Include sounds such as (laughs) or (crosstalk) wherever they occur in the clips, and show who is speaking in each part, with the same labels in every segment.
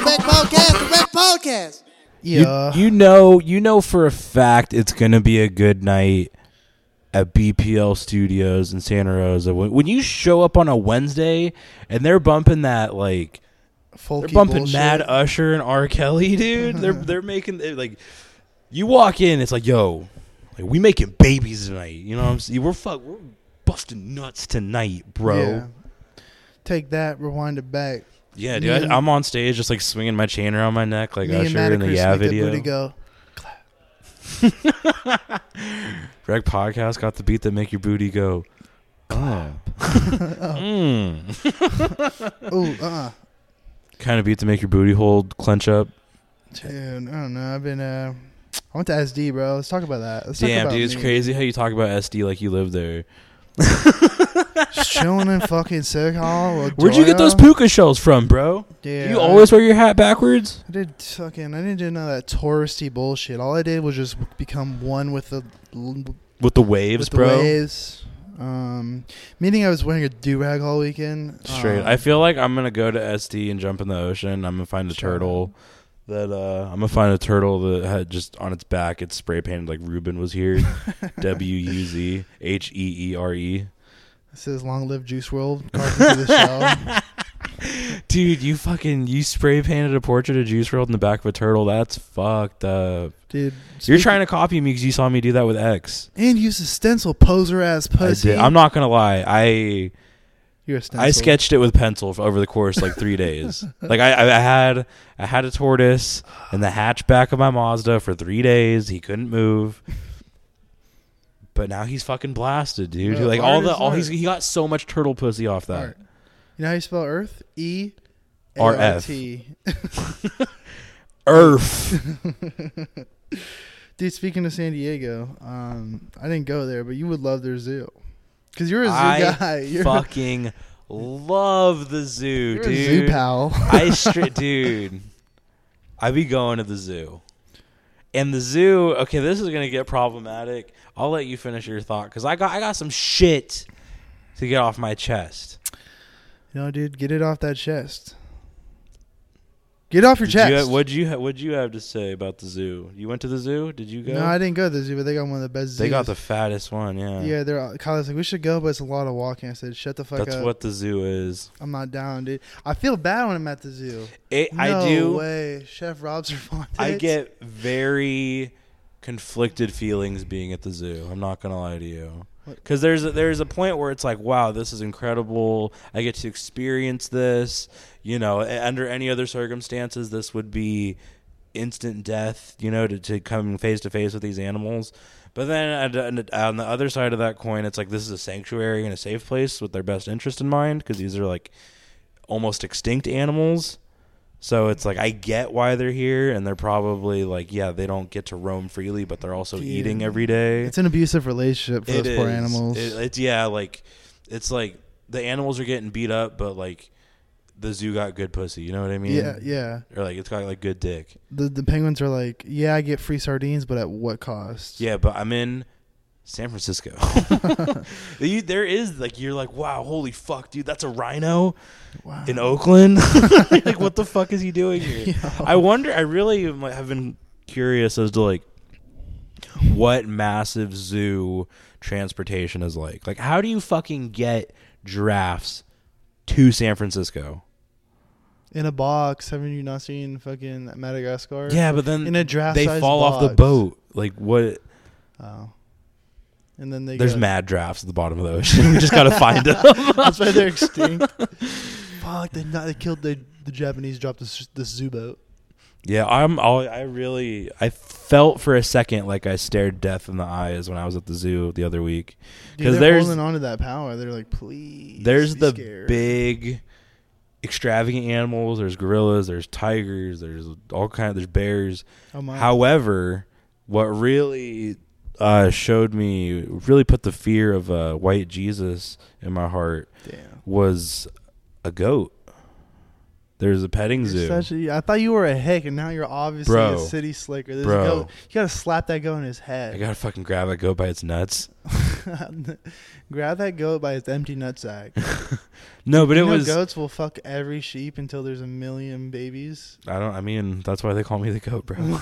Speaker 1: podcast, the Red Podcast.
Speaker 2: Yeah.
Speaker 3: You, you know, you know for a fact it's gonna be a good night at BPL Studios in Santa Rosa. When, when you show up on a Wednesday and they're bumping that like they're
Speaker 2: Folky
Speaker 3: bumping
Speaker 2: bullshit. Uh-huh.
Speaker 3: Mad Usher and R. Kelly, dude. they're they're making they're like you walk in, it's like yo, like we making babies tonight. You know what I'm saying? We're fuck, we're busting nuts tonight, bro.
Speaker 2: Yeah.
Speaker 3: Yeah,
Speaker 2: Take that, rewind it back. Me
Speaker 3: dude.
Speaker 2: and-
Speaker 3: I, I'm on stage just like swinging my chain around my neck like
Speaker 2: Me and
Speaker 3: Usher in the
Speaker 2: Matacris
Speaker 3: Yeah
Speaker 2: make that
Speaker 3: video.
Speaker 2: booty go.
Speaker 3: Greg podcast got the beat that make your booty go.
Speaker 2: (laughs)
Speaker 3: Oh.
Speaker 2: Oh.
Speaker 3: (laughs) mm.
Speaker 2: Ooh,
Speaker 3: (laughs)
Speaker 2: uh-uh.
Speaker 3: Kind of beat to make your booty hold, clench up.
Speaker 2: Dude, I don't know. I've been, uh, I went to SD, bro. Let's talk about that. Let's talk
Speaker 3: Damn,
Speaker 2: about
Speaker 3: dude, it's
Speaker 2: me.
Speaker 3: crazy how you talk about SD like you live there.
Speaker 2: Just chilling in fucking Sick Hall. with
Speaker 3: (laughs) Where'd you get those
Speaker 2: Doyle.
Speaker 3: puka shells from, bro?
Speaker 2: Dude,
Speaker 3: You
Speaker 2: I-
Speaker 3: always wear your hat backwards?
Speaker 2: I did fucking. I didn't do none of that touristy bullshit. All I did was just become one with the l-
Speaker 3: With the waves,
Speaker 2: with the
Speaker 3: bro.
Speaker 2: waves. Um, meaning I was wearing a do rag all weekend.
Speaker 3: Straight.
Speaker 2: Um,
Speaker 3: I feel like I'm gonna go to SD and jump in the ocean. I'm gonna find a
Speaker 2: Straight.
Speaker 3: turtle that uh I'm gonna find a turtle that had just on its back it's spray painted like Ruben
Speaker 2: (laughs)
Speaker 3: was here. W U Z H E E R E.
Speaker 2: It says "Long live Juice World." carved into the shell.
Speaker 3: Dude, you fucking you spray painted a portrait of Juice World in the back of a turtle. That's fucked up.
Speaker 2: dude.
Speaker 3: You're trying to copy me because you saw me do that with X.
Speaker 2: and use a stencil poser ass
Speaker 3: I
Speaker 2: pussy.
Speaker 3: did. I'm not gonna lie. I
Speaker 2: You're a stencil.
Speaker 3: I sketched it with pencil for over the course of, like
Speaker 2: (laughs)
Speaker 3: three days. Like I, I I had I had a tortoise in the hatchback of my Mazda for three days. He couldn't move. But now he's fucking blasted, dude.
Speaker 2: Yeah,
Speaker 3: like all
Speaker 2: art
Speaker 3: the
Speaker 2: is
Speaker 3: all he's
Speaker 2: art.
Speaker 3: he got so much turtle pussy off that.
Speaker 2: Art. You know how you spell Earth? E
Speaker 3: R
Speaker 2: A R
Speaker 3: F.
Speaker 2: T.
Speaker 3: Earth.
Speaker 2: (laughs) Dude, speaking of San Diego, um, I didn't go there, but you would love their zoo. Cause you're a zoo
Speaker 3: I
Speaker 2: guy. (laughs) You're,
Speaker 3: fucking love the zoo,
Speaker 2: you're
Speaker 3: dude.
Speaker 2: a zoo pal.
Speaker 3: (laughs) I straight dude. I be going to the zoo. And the zoo, okay, this is gonna get problematic. I'll let you finish your thought because I got I got some shit to get off my chest.
Speaker 2: (laughs) no, dude, get it off that chest. Get off your
Speaker 3: Did
Speaker 2: chest.
Speaker 3: you, what'd you ha- what'd you have to say about the zoo? You went to the zoo? Did you go?
Speaker 2: no, I didn't go to the zoo, but they got one of the best.
Speaker 3: they got the
Speaker 2: zoos.
Speaker 3: fattest one. Yeah,
Speaker 2: yeah. They're all- Kyle's like, we should go, but it's a lot of walking. I said, shut the fuck
Speaker 3: that's
Speaker 2: up.
Speaker 3: what the zoo is.
Speaker 2: I'm not down, dude. I feel bad when I'm at the zoo.
Speaker 3: It,
Speaker 2: No
Speaker 3: I do.
Speaker 2: way, Chef Rob Cervantes.
Speaker 3: I get very conflicted feelings being at the zoo. I'm not gonna lie to you, because there's a, there's a point where it's like, wow, this is incredible. I get to experience this. You know, a- under any other circumstances, this would be instant death. You know, to to come face to face with these animals. But then at- on the other side of that coin, it's like this is a sanctuary and a safe place with their best interest in mind, because these are like almost extinct animals. So it's like I get why they're here, and they're probably like, yeah, they don't get to roam freely, but they're also
Speaker 2: Dude.
Speaker 3: eating every day.
Speaker 2: It's an abusive relationship for
Speaker 3: It
Speaker 2: those poor
Speaker 3: is.
Speaker 2: animals.
Speaker 3: It- it's yeah, like it's like the animals are getting beat up, but like the zoo got good pussy. You know what I mean?
Speaker 2: yeah, yeah.
Speaker 3: Or like it's got like good dick.
Speaker 2: The the penguins are like, yeah, I get free sardines, but at what cost?
Speaker 3: Yeah, but I'm in
Speaker 2: (laughs)
Speaker 3: San Francisco. (laughs) you, there is like you're like, wow, holy fuck, dude, that's a rhino.
Speaker 2: Wow.
Speaker 3: in
Speaker 2: (laughs)
Speaker 3: Oakland. (laughs) like, what the fuck is he doing here? I wonder. I really am, like, have been curious as to like what massive zoo transportation is like. Like, how do you fucking get giraffes to San Francisco?
Speaker 2: in a box. Haven't you not seen fucking Madagascar?
Speaker 3: Yeah, but then
Speaker 2: In a giraffe
Speaker 3: they
Speaker 2: sized
Speaker 3: fall off the
Speaker 2: box.
Speaker 3: boat. Like, what?
Speaker 2: Oh. And then they
Speaker 3: There's
Speaker 2: go,
Speaker 3: mad giraffes at the bottom of the ocean. we just gotta find them.
Speaker 2: (laughs) That's why they're
Speaker 3: (laughs)
Speaker 2: extinct. Fuck! They not, they killed the the Japanese. Dropped this this zoo boat.
Speaker 3: Yeah, I'm. All, I really, I felt for a second like I stared death in the eyes when I was at the zoo the other week.
Speaker 2: Dude,
Speaker 3: 'Cause
Speaker 2: they're
Speaker 3: there's-
Speaker 2: holding on to that power. They're like, please.
Speaker 3: there's
Speaker 2: be
Speaker 3: the
Speaker 2: scared."
Speaker 3: big extravagant animals there's gorillas there's tigers there's all kind there's bears
Speaker 2: Oh my.
Speaker 3: however what really uh, showed me really put the fear of uh, white jesus in my heart
Speaker 2: Damn.
Speaker 3: was a goat There's a petting
Speaker 2: You're
Speaker 3: zoo.
Speaker 2: such a- I thought you were a hick, and now you're obviously a
Speaker 3: Bro.
Speaker 2: city slicker. There's
Speaker 3: Bro.
Speaker 2: a goat. You gotta slap that goat in his
Speaker 3: I
Speaker 2: head.
Speaker 3: gotta fucking grab that goat by its nuts.
Speaker 2: (laughs) Grab that goat by its empty
Speaker 3: (laughs)
Speaker 2: nutsack.
Speaker 3: No, but it
Speaker 2: You know
Speaker 3: was.
Speaker 2: goats will fuck every sheep until there's a million
Speaker 3: (laughs)
Speaker 2: babies.
Speaker 3: I don't. I mean, that's why they call me the goat, bro.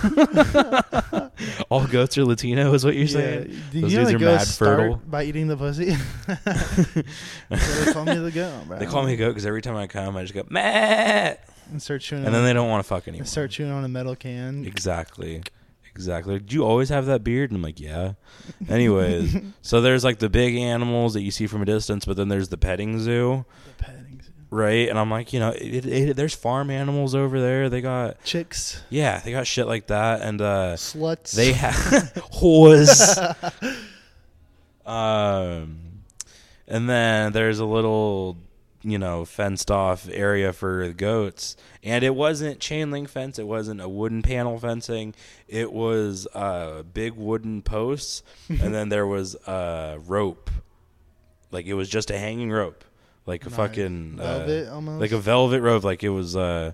Speaker 2: (laughs)
Speaker 3: All goats are Latino, is what you're saying.
Speaker 2: Do
Speaker 3: Those
Speaker 2: you know
Speaker 3: dudes
Speaker 2: the
Speaker 3: are
Speaker 2: goats
Speaker 3: mad
Speaker 2: start
Speaker 3: fertile.
Speaker 2: by eating the pussy? (laughs) so they call me the goat, bro.
Speaker 3: They call me a goat because every time I come, I just go meh,
Speaker 2: and start chewing.
Speaker 3: and
Speaker 2: on,
Speaker 3: then they don't want to fuck
Speaker 2: and
Speaker 3: anymore.
Speaker 2: start chewing on a metal can.
Speaker 3: Exactly. Exactly. Like, Do you always have that beard? And I'm like, yeah.
Speaker 2: (laughs)
Speaker 3: Anyways, so there's like the big animals that you see from a distance, but then there's the petting zoo,
Speaker 2: Petting zoo.
Speaker 3: right? And I'm like, you know, it, it, it, there's farm animals over there. They got,
Speaker 2: Chicks,
Speaker 3: yeah, they got shit like that. And uh,
Speaker 2: sluts.
Speaker 3: they have (laughs) whores. um, and then there's a little, you know, fenced off area for the goats, and it wasn't chain link fence. It wasn't a wooden panel fencing. It was uh, big wooden posts, and then there was a rope, like it was just a hanging rope, like a
Speaker 2: Nice.
Speaker 3: fucking uh,
Speaker 2: velvet almost.
Speaker 3: like a velvet rope, like it was uh,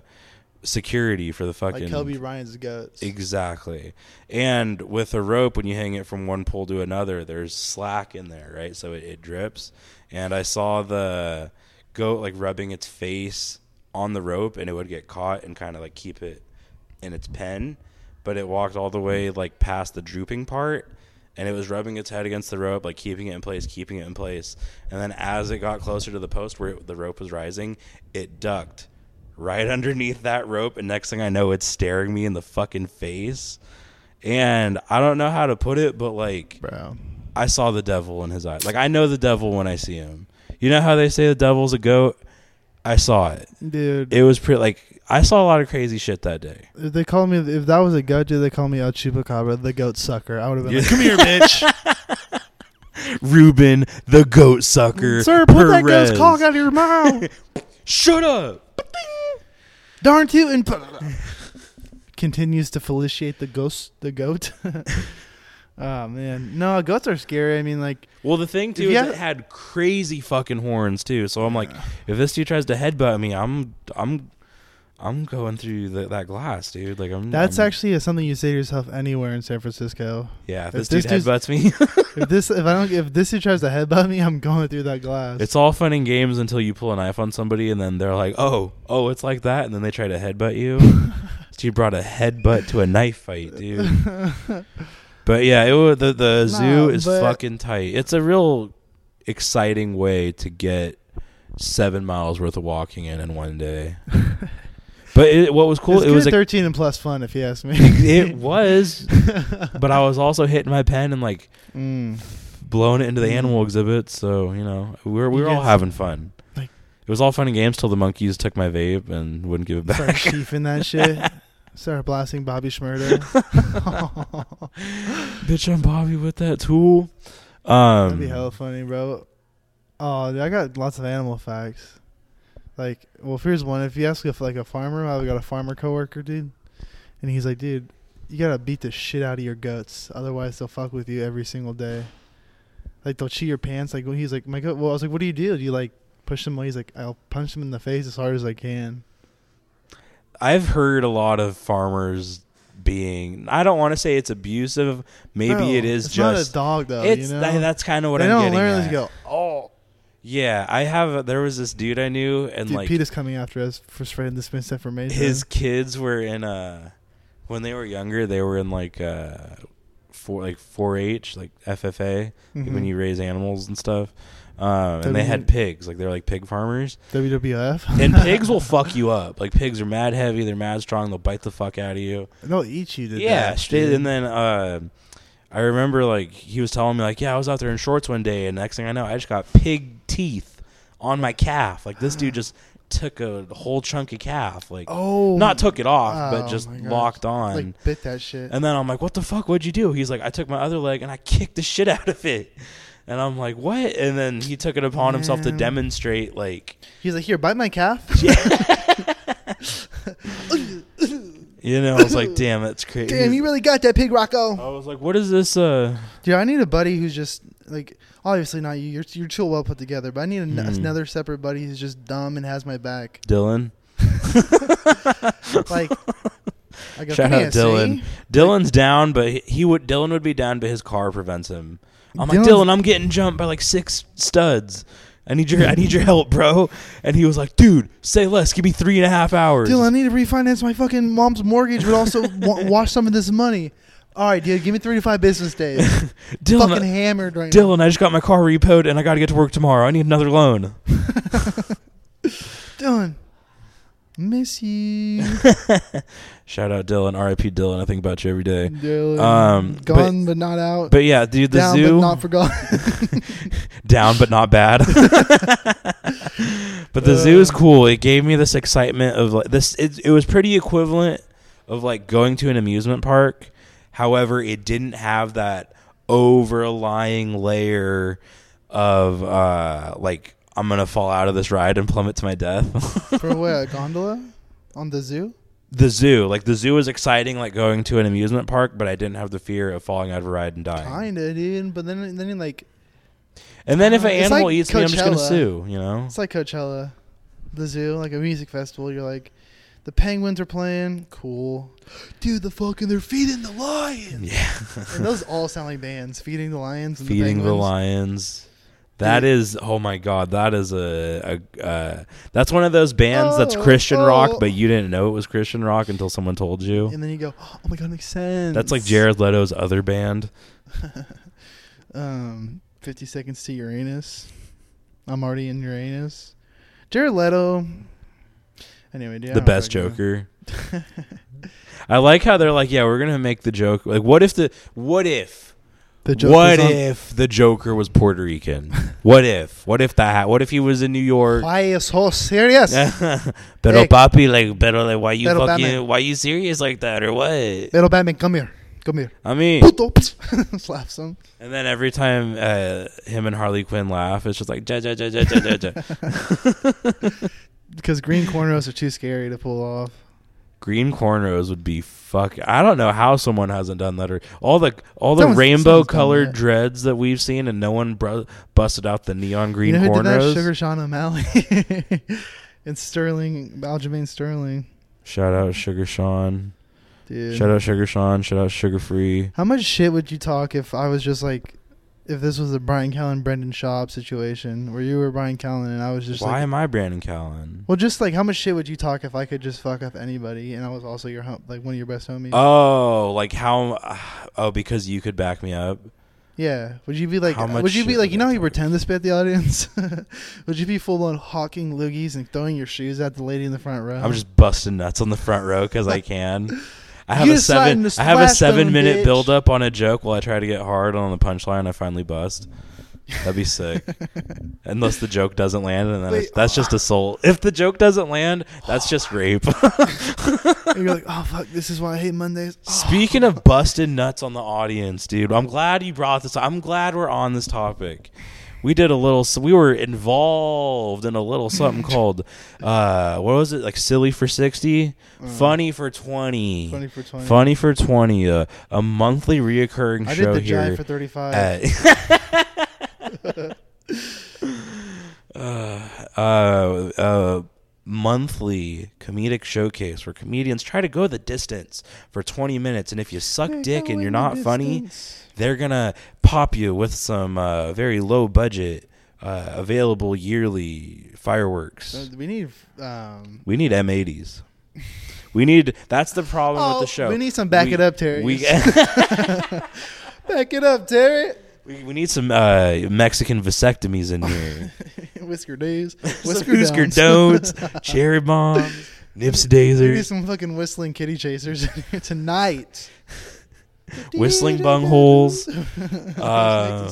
Speaker 3: security for the
Speaker 2: (laughs)
Speaker 3: fucking
Speaker 2: like Kobe Ryan's goats.
Speaker 3: Exactly. And with a rope, when you hang it from one pole to another, there's slack in there, right? So it, it drips. And I saw the goat like rubbing its face on the rope and it would get caught and kind of like keep it in its pen. But it walked all the way like past the drooping part and it was rubbing its head against the rope, like keeping it in place, keeping it in place. And then as it got closer to the post where it, the rope was rising, it ducked right underneath that rope. And next thing I know, it's staring me in the fucking face. And I don't know how to put it, but like,
Speaker 2: bro.
Speaker 3: I saw the devil in his eyes. Like, I know the devil when I see him. You know how they say the devil's a goat? I saw it.
Speaker 2: Dude,
Speaker 3: It was pretty, like, I saw a lot of crazy shit that day.
Speaker 2: if they called me, if that was a goat, dude, they called me El Chupacabra, the goat sucker. I would have been
Speaker 3: Yeah.
Speaker 2: like, come here, bitch.
Speaker 3: (laughs) Ruben, the goat sucker.
Speaker 2: Sir, put that
Speaker 3: Perez.
Speaker 2: goat's cock out of your mouth.
Speaker 3: (laughs) Shut up.
Speaker 2: Darn tootin' and continues to felicitate the ghost, the goat. (laughs) oh man, no, goats are scary. I mean, like,
Speaker 3: Well, the thing too
Speaker 2: If
Speaker 3: is
Speaker 2: you have-
Speaker 3: it had crazy fucking horns too. So I'm like, if this dude tries to headbutt me, I'm I'm I'm going through the, that glass, dude. Like I'm.
Speaker 2: that's
Speaker 3: I'm-
Speaker 2: actually something you say to yourself anywhere in San Francisco.
Speaker 3: yeah. If
Speaker 2: if
Speaker 3: this, dude
Speaker 2: this dude's-
Speaker 3: headbutts me,
Speaker 2: (laughs) if this, if I don't, if this dude tries to headbutt me, I'm going through that glass. (laughs)
Speaker 3: it's all fun and games until you pull a knife on somebody, and then they're like, oh, oh, it's like that, and then they try to headbutt
Speaker 2: (laughs)
Speaker 3: you. so you brought a headbutt to a knife fight, dude. But yeah, it was, the the
Speaker 2: Nah,
Speaker 3: zoo is
Speaker 2: but-
Speaker 3: fucking tight. It's a real exciting way to get seven miles worth of walking in in
Speaker 2: (laughs)
Speaker 3: one day. but it, what was cool,
Speaker 2: It's
Speaker 3: it was
Speaker 2: good
Speaker 3: like,
Speaker 2: 13 and plus fun, if you ask me. (laughs)
Speaker 3: (laughs) it was, but I was also hitting my pen and like
Speaker 2: Mm.
Speaker 3: blowing it into the
Speaker 2: Mm.
Speaker 3: animal exhibit. So you know, we were we
Speaker 2: You
Speaker 3: were all
Speaker 2: guys-
Speaker 3: having fun.
Speaker 2: like-
Speaker 3: It was all fun and games till the monkeys took my vape and wouldn't give it
Speaker 2: (laughs)
Speaker 3: back.
Speaker 2: Start chiefing that shit. Start blasting Bobby (laughs) Schmurda.
Speaker 3: Bitch, I'm Bobby with that tool.
Speaker 2: That'd be
Speaker 3: Um,
Speaker 2: hella funny, bro. Oh, dude, I got lots of animal facts. Like, well, here's one. If you ask if like a farmer, I've got a farmer coworker, dude, and he's like, dude, you gotta beat the shit out of your guts, otherwise they'll fuck with you every single day. Like they'll cheat your pants. Like when he's like, my gut. Well, I was like, what do you do? Do you like push them away? He's like, I'll punch them in the face as hard as I can.
Speaker 3: I've heard a lot of farmers being. I don't want to say it's abusive. Maybe
Speaker 2: No,
Speaker 3: it is
Speaker 2: it's not a
Speaker 3: just.
Speaker 2: dog though.
Speaker 3: it's
Speaker 2: you know?
Speaker 3: tha- that's kind of what
Speaker 2: they
Speaker 3: I'm
Speaker 2: don't
Speaker 3: getting
Speaker 2: learn
Speaker 3: at.
Speaker 2: this. you Go, oh,
Speaker 3: Yeah, I have. There was this dude I knew, and
Speaker 2: dude,
Speaker 3: like
Speaker 2: Peter's coming after us for spreading this misinformation.
Speaker 3: his kids were in uh when they were younger they were in like uh four like 4-h like ffa like, when
Speaker 2: Mhm.
Speaker 3: you raise animals and stuff um and they
Speaker 2: W-
Speaker 3: had pigs like they were like
Speaker 2: (laughs)
Speaker 3: pig farmers
Speaker 2: WWF (laughs)
Speaker 3: and pigs will fuck you up like pigs are mad heavy they're mad strong they'll bite the fuck out of you
Speaker 2: No, eat you did.
Speaker 3: yeah
Speaker 2: that,
Speaker 3: straight-
Speaker 2: dude.
Speaker 3: and then uh i remember like he was telling me like yeah i was out there in shorts one day and next thing i know i just got pig teeth on my calf like this dude just took a whole chunk of calf like
Speaker 2: oh,
Speaker 3: not took it off,
Speaker 2: Oh,
Speaker 3: but just
Speaker 2: my gosh.
Speaker 3: locked on.
Speaker 2: like bit that shit.
Speaker 3: and then I'm like, "What the fuck? What'd you do?" He's like, "I took my other leg and I kicked the shit out of it." And I'm like, "What?" And then he took it upon himself to
Speaker 2: Man.
Speaker 3: demonstrate, like,
Speaker 2: He's like, here, bite my calf.
Speaker 3: (laughs) you know, I
Speaker 2: (laughs)
Speaker 3: was like, "Damn, that's
Speaker 2: (laughs)
Speaker 3: crazy."
Speaker 2: Damn, you really got that pig, Rocco.
Speaker 3: I was like, "What is this?" Uh,
Speaker 2: Dude, I need a buddy who's just like, obviously not you. You're you're too well put together, but I need an-
Speaker 3: Hmm. (laughs)
Speaker 2: another separate buddy who's just dumb and has my back.
Speaker 3: Dylan.
Speaker 2: like, I go,
Speaker 3: Shout out
Speaker 2: "Fancy."
Speaker 3: Dylan. Dylan's down, but he, he would Dylan would be down, but his car prevents him. I'm like,
Speaker 2: Dylan's-
Speaker 3: Dylan, I'm getting jumped by like six studs. I need your I need your help, bro. And he was like, dude, say less. Give me three and a half hours.
Speaker 2: Dylan, I need to refinance my fucking mom's mortgage, but
Speaker 3: (laughs)
Speaker 2: also wa- wash some of this money. All right, dude, give me three to five business days.
Speaker 3: Dylan, uh,
Speaker 2: fucking hammered right now.
Speaker 3: Dylan, I just got my car repoed and I got to get to work tomorrow. I need another loan.
Speaker 2: Dylan, miss
Speaker 3: (laughs)
Speaker 2: you.
Speaker 3: Shout out Dylan, R.I.P. Dylan. I think about you every day.
Speaker 2: Dylan,
Speaker 3: Um, but-
Speaker 2: gone but, not out.
Speaker 3: But yeah, dude, the
Speaker 2: down but
Speaker 3: zoo
Speaker 2: not
Speaker 3: (laughs)
Speaker 2: forgotten.
Speaker 3: down but
Speaker 2: (laughs)
Speaker 3: not bad. but the zoo is cool. It gave me this excitement of like this. It, it was pretty equivalent of like going to an amusement park. However, it didn't have that overlying layer of uh, like I'm gonna fall out of this ride and plummet to my death. (laughs)
Speaker 2: For what? A gondola on the zoo?
Speaker 3: the zoo, like the zoo, is exciting, like going to an amusement park. But I didn't have the fear of falling out of a ride and dying.
Speaker 2: Kinda, dude. But then, then like
Speaker 3: And then if an
Speaker 2: It's
Speaker 3: animal
Speaker 2: like
Speaker 3: eats me, I'm just gonna
Speaker 2: Coachella.
Speaker 3: sue. You know.
Speaker 2: it's like Coachella, the zoo, like a music festival. You're like, the penguins are playing, cool, dude. The fucking they're feeding the
Speaker 3: (laughs)
Speaker 2: lions.
Speaker 3: Yeah.
Speaker 2: and those all sound like bands. Feeding the lions. And
Speaker 3: feeding
Speaker 2: the,
Speaker 3: the,
Speaker 2: penguins.
Speaker 3: lions. That is oh my god, that is a, a uh, that's one of those bands that's
Speaker 2: Oh,
Speaker 3: Christian
Speaker 2: oh.
Speaker 3: rock, but you didn't know it was Christian rock until someone told you.
Speaker 2: And then you go, oh my god, makes sense.
Speaker 3: That's like Jared Leto's other band.
Speaker 2: Um, Fifty Seconds to Uranus. I'm already in Uranus. Jared Leto. Anyway, dude, I
Speaker 3: the
Speaker 2: don't
Speaker 3: best
Speaker 2: fucking know.
Speaker 3: Joker.
Speaker 2: (laughs)
Speaker 3: I like how they're like, yeah, we're gonna make the joke. Like, what if the what if
Speaker 2: The joke
Speaker 3: what
Speaker 2: is on-
Speaker 3: if the Joker was Puerto Rican? what if what if that ha- what if he was in New
Speaker 2: (laughs)
Speaker 3: York?
Speaker 2: Why is so serious?
Speaker 3: (laughs) pero
Speaker 2: Hey.
Speaker 3: papi, like, pero like, why you
Speaker 2: Pero
Speaker 3: fucking,
Speaker 2: Batman.
Speaker 3: why you serious like that or what?
Speaker 2: Little Batman, come here, come here.
Speaker 3: I mean,
Speaker 2: Puto, (laughs) slaps him.
Speaker 3: and then every time uh, him and Harley Quinn laugh, it's just like ja ja ja ja ja ja. ja.
Speaker 2: (laughs) Because green cornrows are too scary to pull off.
Speaker 3: Green cornrows would be fuck. I don't know how someone hasn't done that or all the all the
Speaker 2: Someone's-
Speaker 3: rainbow
Speaker 2: someone's done
Speaker 3: colored
Speaker 2: that.
Speaker 3: dreads that we've seen, and no one br- busted out the neon green
Speaker 2: you know who
Speaker 3: cornrows.
Speaker 2: did that? Sugar Sean O'Malley (laughs) and Sterling, Aljamain Sterling,
Speaker 3: Shout out Sugar Sean.
Speaker 2: dude.
Speaker 3: Shout out Sugar Sean. Shout out Sugar Free.
Speaker 2: How much shit would you talk if I was just like, if this was a Brian Callen, Brendan Schaub situation where you were Brian Callen and I was just
Speaker 3: Why
Speaker 2: like,
Speaker 3: am I Brandon Callen?
Speaker 2: well, just like how much shit would you talk if I could just fuck up anybody and I was also your hom- like one of your best homies?
Speaker 3: Oh, like how? Oh, because you could back me up.
Speaker 2: Yeah. Would you be like?
Speaker 3: How much
Speaker 2: Would you
Speaker 3: shit
Speaker 2: be like?
Speaker 3: would
Speaker 2: You know
Speaker 3: I
Speaker 2: how you
Speaker 3: talk?
Speaker 2: pretend to spit at the audience? (laughs) would you be full blown hawking loogies and throwing your shoes at the lady in the front row? (laughs)
Speaker 3: I'm just busting nuts on the front row because I can. I have
Speaker 2: You
Speaker 3: a
Speaker 2: deciding
Speaker 3: seven.
Speaker 2: to
Speaker 3: I have a
Speaker 2: splash them,
Speaker 3: seven minute
Speaker 2: bitch.
Speaker 3: build up on a joke while I try to get hard on the punchline. I finally bust. That'd
Speaker 2: (laughs)
Speaker 3: be sick. Unless the joke doesn't land, and then
Speaker 2: Wait,
Speaker 3: it's- that's just assault. If the joke doesn't land, that's just rape.
Speaker 2: And you're like, oh fuck, this is why I hate Mondays.
Speaker 3: (laughs) Speaking of busted nuts on the audience, dude, I'm glad you brought this. I'm glad we're on this topic. We did a little. So we were involved in a little
Speaker 2: (laughs)
Speaker 3: something called, uh, what was it? Like silly for sixty, funny for twenty,
Speaker 2: Mm. Funny for 20.
Speaker 3: funny for twenty. Uh, a monthly reoccurring
Speaker 2: Oh, I
Speaker 3: show
Speaker 2: did the
Speaker 3: here.
Speaker 2: jive for 35.
Speaker 3: Uh, at- (laughs) uh, uh, uh, monthly comedic showcase where comedians try to go the distance for 20 minutes and if you suck dick and you're not funny they're gonna pop you with some uh, very low budget uh, available yearly
Speaker 2: Uh,
Speaker 3: fireworks
Speaker 2: We need. Um,
Speaker 3: we need m80s we need that's the problem with
Speaker 2: Oh,
Speaker 3: the show
Speaker 2: we need some back
Speaker 3: We-
Speaker 2: it up, Terry.
Speaker 3: we, (laughs)
Speaker 2: back it up, (laughs) Terry.
Speaker 3: we, we need some uh, mexican vasectomies in here
Speaker 2: Whisker (laughs) days.
Speaker 3: Some
Speaker 2: Whisker,
Speaker 3: Whisker
Speaker 2: downs. (laughs)
Speaker 3: Dones, (laughs) Cherry Bombs, Nips
Speaker 2: We need
Speaker 3: Dazers,
Speaker 2: some fucking whistling kitty chasers in here tonight.
Speaker 3: Whistling
Speaker 2: (laughs)
Speaker 3: Bungholes,
Speaker 2: Snakes
Speaker 3: uh,
Speaker 2: and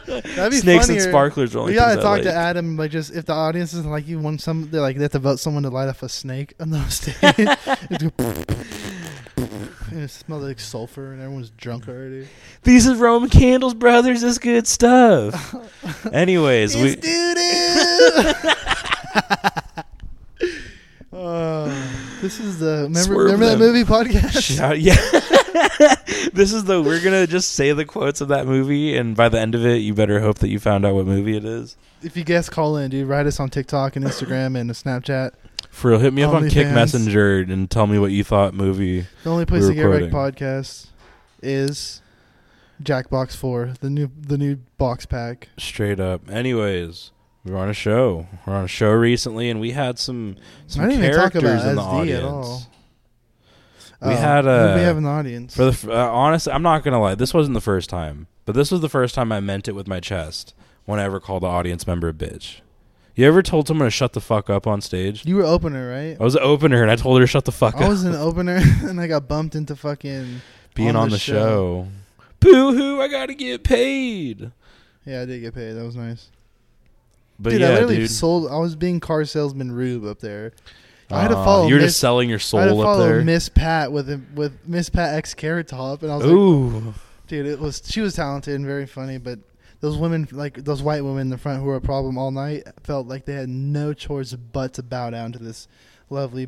Speaker 2: sparklers. That'd be
Speaker 3: Snakes and
Speaker 2: funnier.
Speaker 3: Sparklers. are only
Speaker 2: We gotta
Speaker 3: things I
Speaker 2: talk to
Speaker 3: like.
Speaker 2: Adam. Like, just if the audience is like, you want some, they're like, they have to vote someone to light up a snake on the (laughs) stage. It's go (laughs) and it smells like sulfur, and everyone's drunk already.
Speaker 3: These is Roman candles, brothers. That's good
Speaker 2: (laughs)
Speaker 3: stuff. Anyways, we (laughs)
Speaker 2: Uh, this is the remember,
Speaker 3: Swerve
Speaker 2: Uh, remember that
Speaker 3: them. (laughs)
Speaker 2: movie podcast.
Speaker 3: Shout- yeah. this is the we're gonna just say the quotes of that movie, and by the end of it, you better hope that you found out what movie it is.
Speaker 2: If you guess, call in, dude. Write us on TikTok and Instagram and Snapchat.
Speaker 3: For real, hit me up on Kick
Speaker 2: OnlyFans.
Speaker 3: Messenger and tell me what you thought movie.
Speaker 2: The only place
Speaker 3: We
Speaker 2: to get
Speaker 3: were
Speaker 2: wrecked podcast is Jackbox Four, the new the new box pack.
Speaker 3: Straight up. Anyways, we were on a show. We are on a show recently, and we had some some
Speaker 2: I didn't even talk
Speaker 3: characters
Speaker 2: about
Speaker 3: in the
Speaker 2: SD
Speaker 3: audience.
Speaker 2: at all.
Speaker 3: We
Speaker 2: who
Speaker 3: had,
Speaker 2: do Oh, we
Speaker 3: uh,
Speaker 2: have an audience.
Speaker 3: For the f- uh, honestly, I'm not gonna lie. This wasn't the first time, but this was the first time I meant it with my chest when I ever called the audience member a bitch. You ever told someone to shut the fuck up on stage?
Speaker 2: you were opener, right?
Speaker 3: I was an opener and I told her to shut the Oh, fuck
Speaker 2: I
Speaker 3: up.
Speaker 2: was an opener (laughs) and I got bumped into fucking.
Speaker 3: Being
Speaker 2: on
Speaker 3: on,
Speaker 2: the
Speaker 3: the, show. Boo hoo! I gotta get paid.
Speaker 2: Yeah, I did get paid. That was nice.
Speaker 3: But
Speaker 2: dude, I
Speaker 3: yeah,
Speaker 2: literally
Speaker 3: dude,
Speaker 2: sold. I was being car salesman rube up there. I had to
Speaker 3: Uh,
Speaker 2: follow
Speaker 3: You're
Speaker 2: Miss-
Speaker 3: just selling your
Speaker 2: I had to
Speaker 3: soul up
Speaker 2: follow
Speaker 3: there.
Speaker 2: Miss Pat with a, with Miss Pat X Carrot Top, and I was like,
Speaker 3: Ooh,
Speaker 2: dude, it was she was talented and very funny, but those women, like those white women in the front who were a problem all night, felt like they had no choice but to bow down to this lovely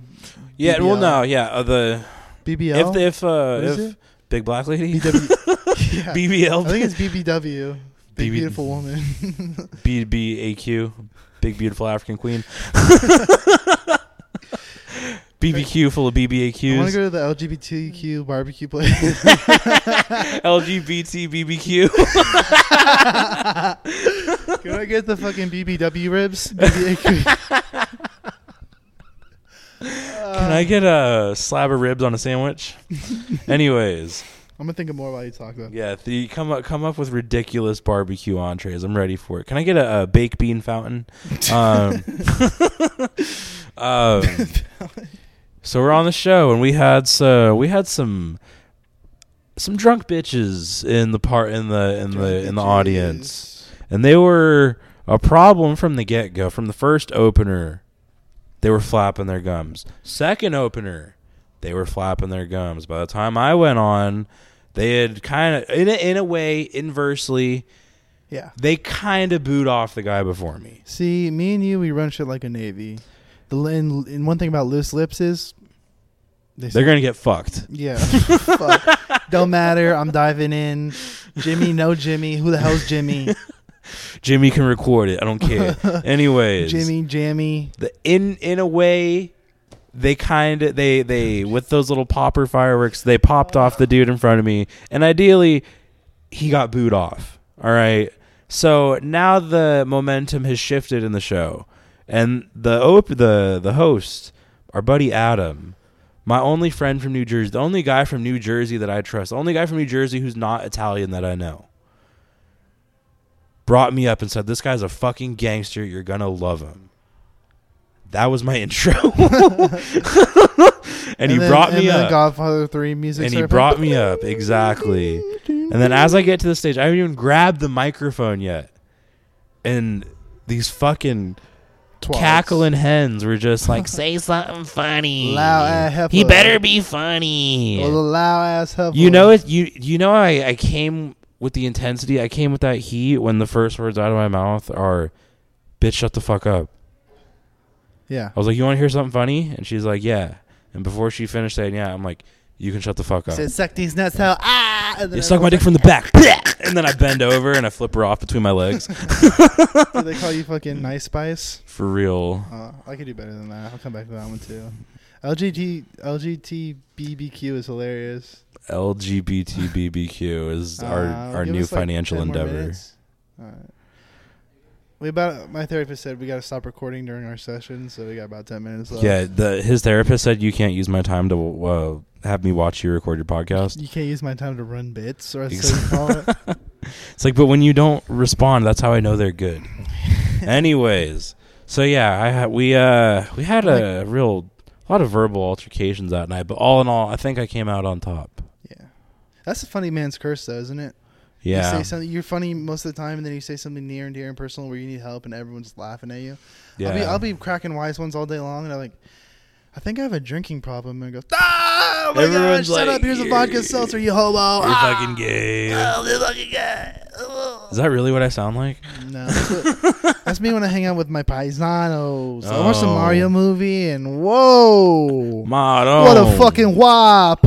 Speaker 3: yeah. Well,
Speaker 2: BBL.
Speaker 3: no, yeah. Uh, the
Speaker 2: BBL. (laughs)
Speaker 3: if the, if uh,
Speaker 2: What is
Speaker 3: if
Speaker 2: it?
Speaker 3: big black lady (laughs)
Speaker 2: BW, yeah.
Speaker 3: BBL
Speaker 2: I think it's BBW. Big
Speaker 3: BB
Speaker 2: beautiful woman.
Speaker 3: BBAQ, big beautiful African
Speaker 2: (laughs)
Speaker 3: queen. BBQ full of
Speaker 2: I want to
Speaker 3: BBAQs.
Speaker 2: go to the LGBTQ barbecue place. (laughs)
Speaker 3: LGBT BBQ.
Speaker 2: Can I get the fucking BBW ribs?
Speaker 3: (laughs)
Speaker 2: BBAQ. Uh,
Speaker 3: Can I get a slab of ribs on
Speaker 2: (laughs)
Speaker 3: a sandwich? Anyways,
Speaker 2: I'm gonna think of more while you talk about. it.
Speaker 3: yeah, the come up come up with ridiculous barbecue entrees. I'm ready for it. Can I get a, a baked bean fountain? Um, (laughs) um, so we're on the show and we had so we had some some drunk bitches in the part in the in the in the audience. and they were a problem from the get go. From the first opener, they were flapping their gums. Second opener, they were flapping their gums. By the time I went on, they had kind of, in a, in a way, inversely,
Speaker 2: Yeah.
Speaker 3: they kind of booed off the guy before me.
Speaker 2: See, me and you, we run shit like a navy. The and, and one thing about loose lips is they
Speaker 3: They're gonna get fucked.
Speaker 2: yeah. (laughs) Fuck. Don't matter. I'm diving in. Jimmy, no Jimmy. Who the hell's
Speaker 3: (laughs)
Speaker 2: Jimmy?
Speaker 3: Jimmy can record it. I don't care. Anyways,
Speaker 2: Jimmy, Jammy.
Speaker 3: the in in a way they kind of they they with those little popper fireworks they popped off the dude in front of me and ideally he got booed off all right so now the momentum has shifted in the show and the op- the the host our buddy Adam my only friend from New Jersey the only guy from New Jersey that I trust the only guy from New Jersey who's not Italian that I know brought me up and said this guy's a fucking gangster you're going to love him that was my (laughs) intro. and, he
Speaker 2: then-
Speaker 3: brought
Speaker 2: and
Speaker 3: me
Speaker 2: then
Speaker 3: up.
Speaker 2: Godfather Three music.
Speaker 3: and he
Speaker 2: started
Speaker 3: brought
Speaker 2: playing.
Speaker 3: me up, exactly. And then as I get to the stage, I haven't even grabbed the microphone yet. And these fucking
Speaker 2: Twice.
Speaker 3: cackling hens were just like,
Speaker 1: Say something funny.
Speaker 2: Loud ass heifer.
Speaker 1: He better be funny.
Speaker 2: Or the loud ass heifer.
Speaker 3: you know it you you know I, I came with the intensity, I came with that heat when the first words out of my mouth are bitch shut the fuck up.
Speaker 2: Yeah.
Speaker 3: I was like, You wanna hear something funny? And she's like, Yeah. And before she finished saying yeah, I'm like, You can shut the fuck up.
Speaker 2: Said suck these nuts out. Ah. And then
Speaker 3: You suck my dick from the back. (laughs) And then I bend over and I flip her off between my legs.
Speaker 2: Do they call you fucking nice spice?
Speaker 3: For real.
Speaker 2: Uh, I could do better than that. I'll come back to that one too. LGT LGTBBQ is hilarious.
Speaker 3: LGBTBBQ is our,
Speaker 2: Uh,
Speaker 3: our
Speaker 2: give
Speaker 3: new
Speaker 2: us, like,
Speaker 3: financial
Speaker 2: 10 more
Speaker 3: endeavor.
Speaker 2: minutes. Alright. We about my therapist said we got to stop recording during our session, so we got about ten minutes left.
Speaker 3: Yeah, the, his therapist said you can't use my time to uh, have me watch you record your podcast.
Speaker 2: you can't use my time to run bits,
Speaker 3: (laughs)
Speaker 2: or as
Speaker 3: Ex-
Speaker 2: they call it.
Speaker 3: It's like, but when you don't respond, that's how I know
Speaker 2: (laughs)
Speaker 3: they're good. Anyways, so yeah, I ha- we uh we had a real a lot of verbal altercations that night, but all in all, I think I came out on top.
Speaker 2: Yeah, that's a funny man's curse, though, isn't it?
Speaker 3: Yeah,
Speaker 2: you say something, you're funny most of the time, and then you say something near and dear and personal where you need help, and everyone's laughing at you.
Speaker 3: yeah.
Speaker 2: I'll be I'll be cracking wise ones all day long, and I'm like, I think I have a drinking problem. And I go, ah, oh my
Speaker 3: Everyone's
Speaker 2: gosh, shut
Speaker 3: like,
Speaker 2: up! Here's a
Speaker 3: "You're-
Speaker 2: vodka seltzer, you hobo.
Speaker 3: You're
Speaker 2: Ah.
Speaker 3: fucking
Speaker 2: (laughs)
Speaker 3: gay. Is that really what I sound like?
Speaker 2: No, that's,
Speaker 3: (laughs)
Speaker 2: what- that's me when I hang out with my paisanos. I watched the
Speaker 3: Oh.
Speaker 2: Mario movie, and whoa,
Speaker 3: Motto.
Speaker 2: what a fucking wop!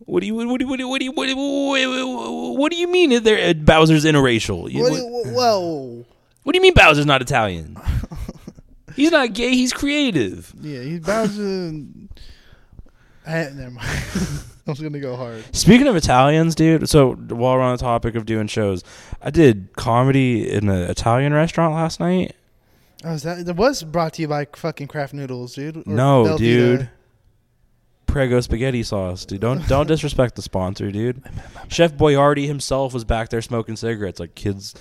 Speaker 3: What do you what do you what do you what do you, what do you, what do you mean that they're- uh, Bowser's interracial? You-
Speaker 2: What
Speaker 3: What,
Speaker 2: do you- wh- whoa.
Speaker 3: what do you mean Bowser's
Speaker 2: (laughs)
Speaker 3: not Italian? he's not gay. He's creative.
Speaker 2: Yeah, he's Bowser. I, never mind. (laughs) I was gonna go hard.
Speaker 3: Speaking of Italians, dude. So while we're on the topic of doing shows, I did comedy in an Italian restaurant last night.
Speaker 2: Oh, is that that was brought to you by fucking Kraft Noodles, dude? or
Speaker 3: no,
Speaker 2: Velveeta.
Speaker 3: dude. Prego spaghetti sauce, dude. Don't don't disrespect the sponsor,
Speaker 2: (laughs)
Speaker 3: dude. Chef Boyardi himself was back there smoking cigarettes. Like kids,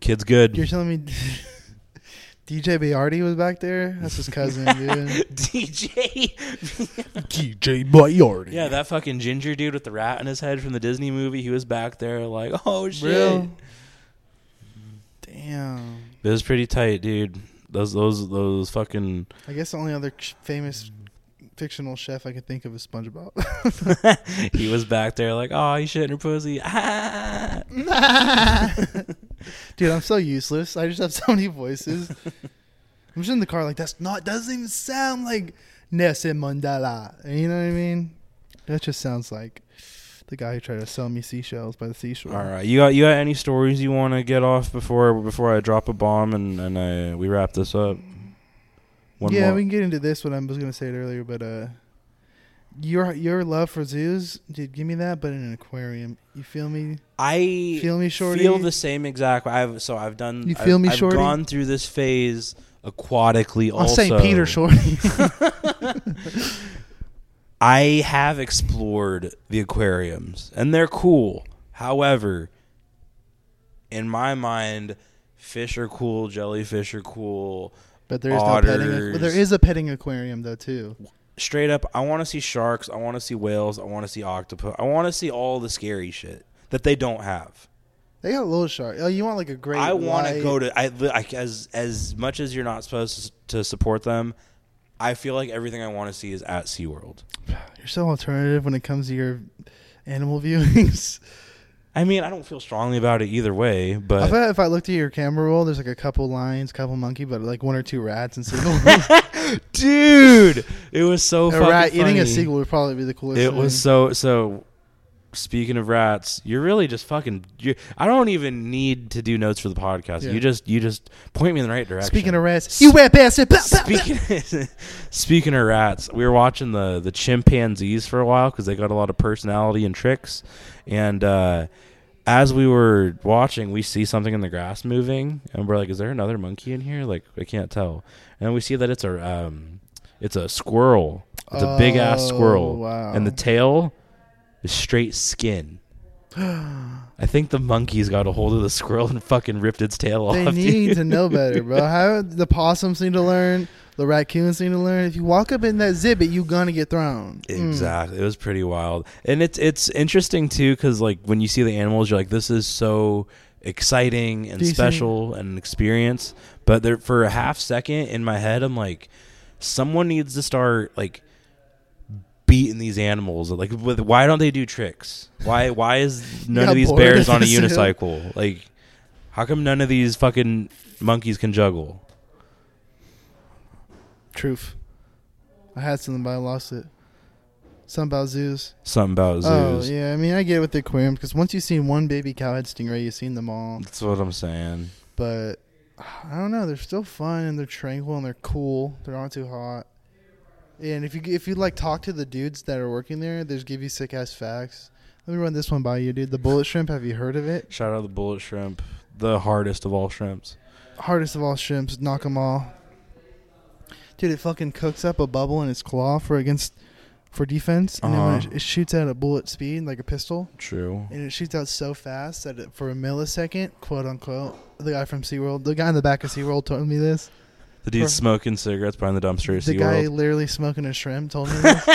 Speaker 3: kids, good.
Speaker 2: You're telling me (laughs) DJ Bayardi was back there? That's his
Speaker 3: (laughs)
Speaker 2: cousin, dude.
Speaker 3: DJ.
Speaker 2: DJ Bayardi.
Speaker 3: Yeah, that fucking ginger dude with the rat in his head from the Disney movie. He was back there, like, (laughs) oh shit.
Speaker 2: Real? Damn.
Speaker 3: It was pretty tight, dude. Those those those fucking.
Speaker 2: I guess the only other ch- famous fictional chef I could think of is SpongeBob.
Speaker 3: he was back there, like, oh, you shit in her pussy. (laughs) Ah.
Speaker 2: (laughs) Dude, I'm so useless. I just have so many voices. I'm just in the car like that's not doesn't even sound like Nelson Mandela. You know what I mean? That just sounds like the guy who tried to sell me seashells by the seashore.
Speaker 3: All right, you got you got any stories you want to get off before before I drop a bomb and and I, we wrap this up?
Speaker 2: yeah,
Speaker 3: more.
Speaker 2: we can get into this one. I was gonna say it earlier, but uh, your your love for zoos, dude, give me that, but in an aquarium. You feel me?
Speaker 3: I
Speaker 2: Feel me, shorty?
Speaker 3: feel the same exact. way. I've so I've done.
Speaker 2: You feel
Speaker 3: I've,
Speaker 2: me,
Speaker 3: I've
Speaker 2: shorty?
Speaker 3: gone through this phase aquatically.
Speaker 2: On
Speaker 3: also,
Speaker 2: St. Peter Shorty.
Speaker 3: (laughs)
Speaker 2: (laughs)
Speaker 3: I have explored the aquariums and they're cool. However, in my mind, fish are cool, jellyfish are cool.
Speaker 2: but there is no petting. Well,
Speaker 3: Otters.
Speaker 2: there is a petting aquarium though too.
Speaker 3: Straight up, I want to see sharks, I want to see whales, I want to see octopus. I want to see all the scary shit that they don't have.
Speaker 2: They got a little shark. Oh, you want like a great?
Speaker 3: I want to
Speaker 2: white-
Speaker 3: go to I, li- I as as much as you're not supposed to support them, I feel like everything I want to see is at SeaWorld.
Speaker 2: You're so alternative when it comes to your animal viewings. (laughs)
Speaker 3: I mean, I don't feel strongly about it either way, but
Speaker 2: I bet if I looked at your camera roll, there's like a couple lions, couple monkey, but like one or two rats and (laughs)
Speaker 3: (laughs)
Speaker 2: seagulls.
Speaker 3: dude, it was so
Speaker 2: a
Speaker 3: fucking
Speaker 2: rat eating a
Speaker 3: funny.
Speaker 2: seagull would probably be the coolest.
Speaker 3: It
Speaker 2: thing.
Speaker 3: was so so. Speaking of rats, you're really just fucking. You're, I don't even need to do notes for the podcast.
Speaker 2: Yeah.
Speaker 3: You just you just point me in the right direction.
Speaker 2: Speaking of rats, you rat bastard! Blah, blah, blah.
Speaker 3: speaking (laughs) speaking of rats, we were watching the the chimpanzees for a while because they got a lot of personality and tricks. And uh, as we were watching, we see something in the grass moving, and we're like, "Is there another monkey in here?" Like I can't tell. And we see that it's a um, it's a squirrel. It's a big ass
Speaker 2: Oh,
Speaker 3: squirrel,
Speaker 2: wow.
Speaker 3: and the tail is
Speaker 2: (gasps)
Speaker 3: straight skin. I think the monkey's got a hold of the squirrel and fucking ripped its tail
Speaker 2: They
Speaker 3: off.
Speaker 2: need
Speaker 3: dude.
Speaker 2: to know better,
Speaker 3: (laughs)
Speaker 2: bro. How the possums need to learn, the raccoons need to learn. If you walk up in that zibbit, you gonna get thrown. Mm.
Speaker 3: Exactly. It was pretty wild. And it's it's interesting too cuz like when you see the animals you're like this is so exciting and
Speaker 2: Do you think-
Speaker 3: special and an experience, but there for a half second in my head I'm like someone needs to start like beating these animals like with, why don't they do tricks? Why why is none
Speaker 2: got
Speaker 3: of these
Speaker 2: bored (laughs)
Speaker 3: bears
Speaker 2: at
Speaker 3: on a
Speaker 2: the zoo.
Speaker 3: unicycle? Like how come none of these fucking monkeys can juggle?
Speaker 2: Truth. I had something, but I lost it. Something about zoos.
Speaker 3: Something about zoos.
Speaker 2: Oh yeah, I mean I get it with the aquarium because once you've seen one baby cowhead stingray, you've seen them all.
Speaker 3: That's what I'm saying.
Speaker 2: But (sighs) I don't know, they're still fun and they're tranquil and they're cool. They're not too hot. And if you if you like talk to the dudes that are working there, they just give you sick ass facts. Let me run this one by you, dude. The bullet shrimp. Have you heard of it?
Speaker 3: Shout out the bullet shrimp, the hardest of all shrimps.
Speaker 2: Hardest of all shrimps. Knock 'em all. Dude, it fucking cooks up a bubble in its claw for against for defense, and then when
Speaker 3: Uh-huh.
Speaker 2: it, it shoots at a bullet speed like a pistol.
Speaker 3: True.
Speaker 2: and it shoots out so fast that it, for a millisecond, quote unquote, the guy from SeaWorld, the guy in the back of SeaWorld told me this.
Speaker 3: The dude's
Speaker 2: Or-
Speaker 3: smoking cigarettes behind the dumpster at
Speaker 2: the guy
Speaker 3: SeaWorld.
Speaker 2: literally smoking a shrimp told me
Speaker 3: (laughs)
Speaker 2: this.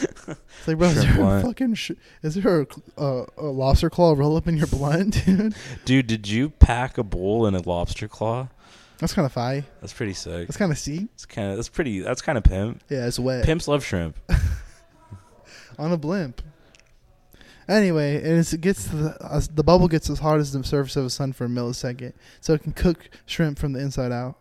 Speaker 2: it's like, bro, is
Speaker 3: Shrimp
Speaker 2: there, a
Speaker 3: blunt.
Speaker 2: fucking sh- is there a, uh, a lobster claw roll up in your blunt, (laughs) dude?
Speaker 3: Dude, did you pack a bowl in a lobster claw?
Speaker 2: That's kind of fi.
Speaker 3: That's pretty sick.
Speaker 2: That's kind of see.
Speaker 3: That's kind of that's pretty. That's kind of pimp.
Speaker 2: Yeah, it's wet.
Speaker 3: Pimps love shrimp.
Speaker 2: on a blimp. Anyway, and it's, it gets to the, uh, the bubble gets as hot as the surface of the sun for a millisecond, so it can cook shrimp from the inside out.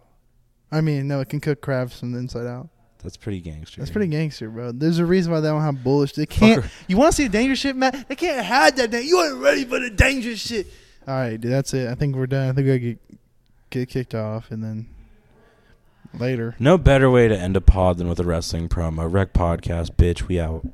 Speaker 2: I mean, no, it can cook crabs from the inside out.
Speaker 3: That's pretty gangster.
Speaker 2: That's pretty gangster, bro. There's a reason why they don't have bullish. They can't. You want to see the dangerous shit, Matt? They can't hide that. Dang- you ain't ready for the dangerous shit. All right, dude. That's it. I think we're done. I think I get get kicked off, and then later.
Speaker 3: No better way to end a pod than with a wrestling promo. Rec podcast, bitch. We out.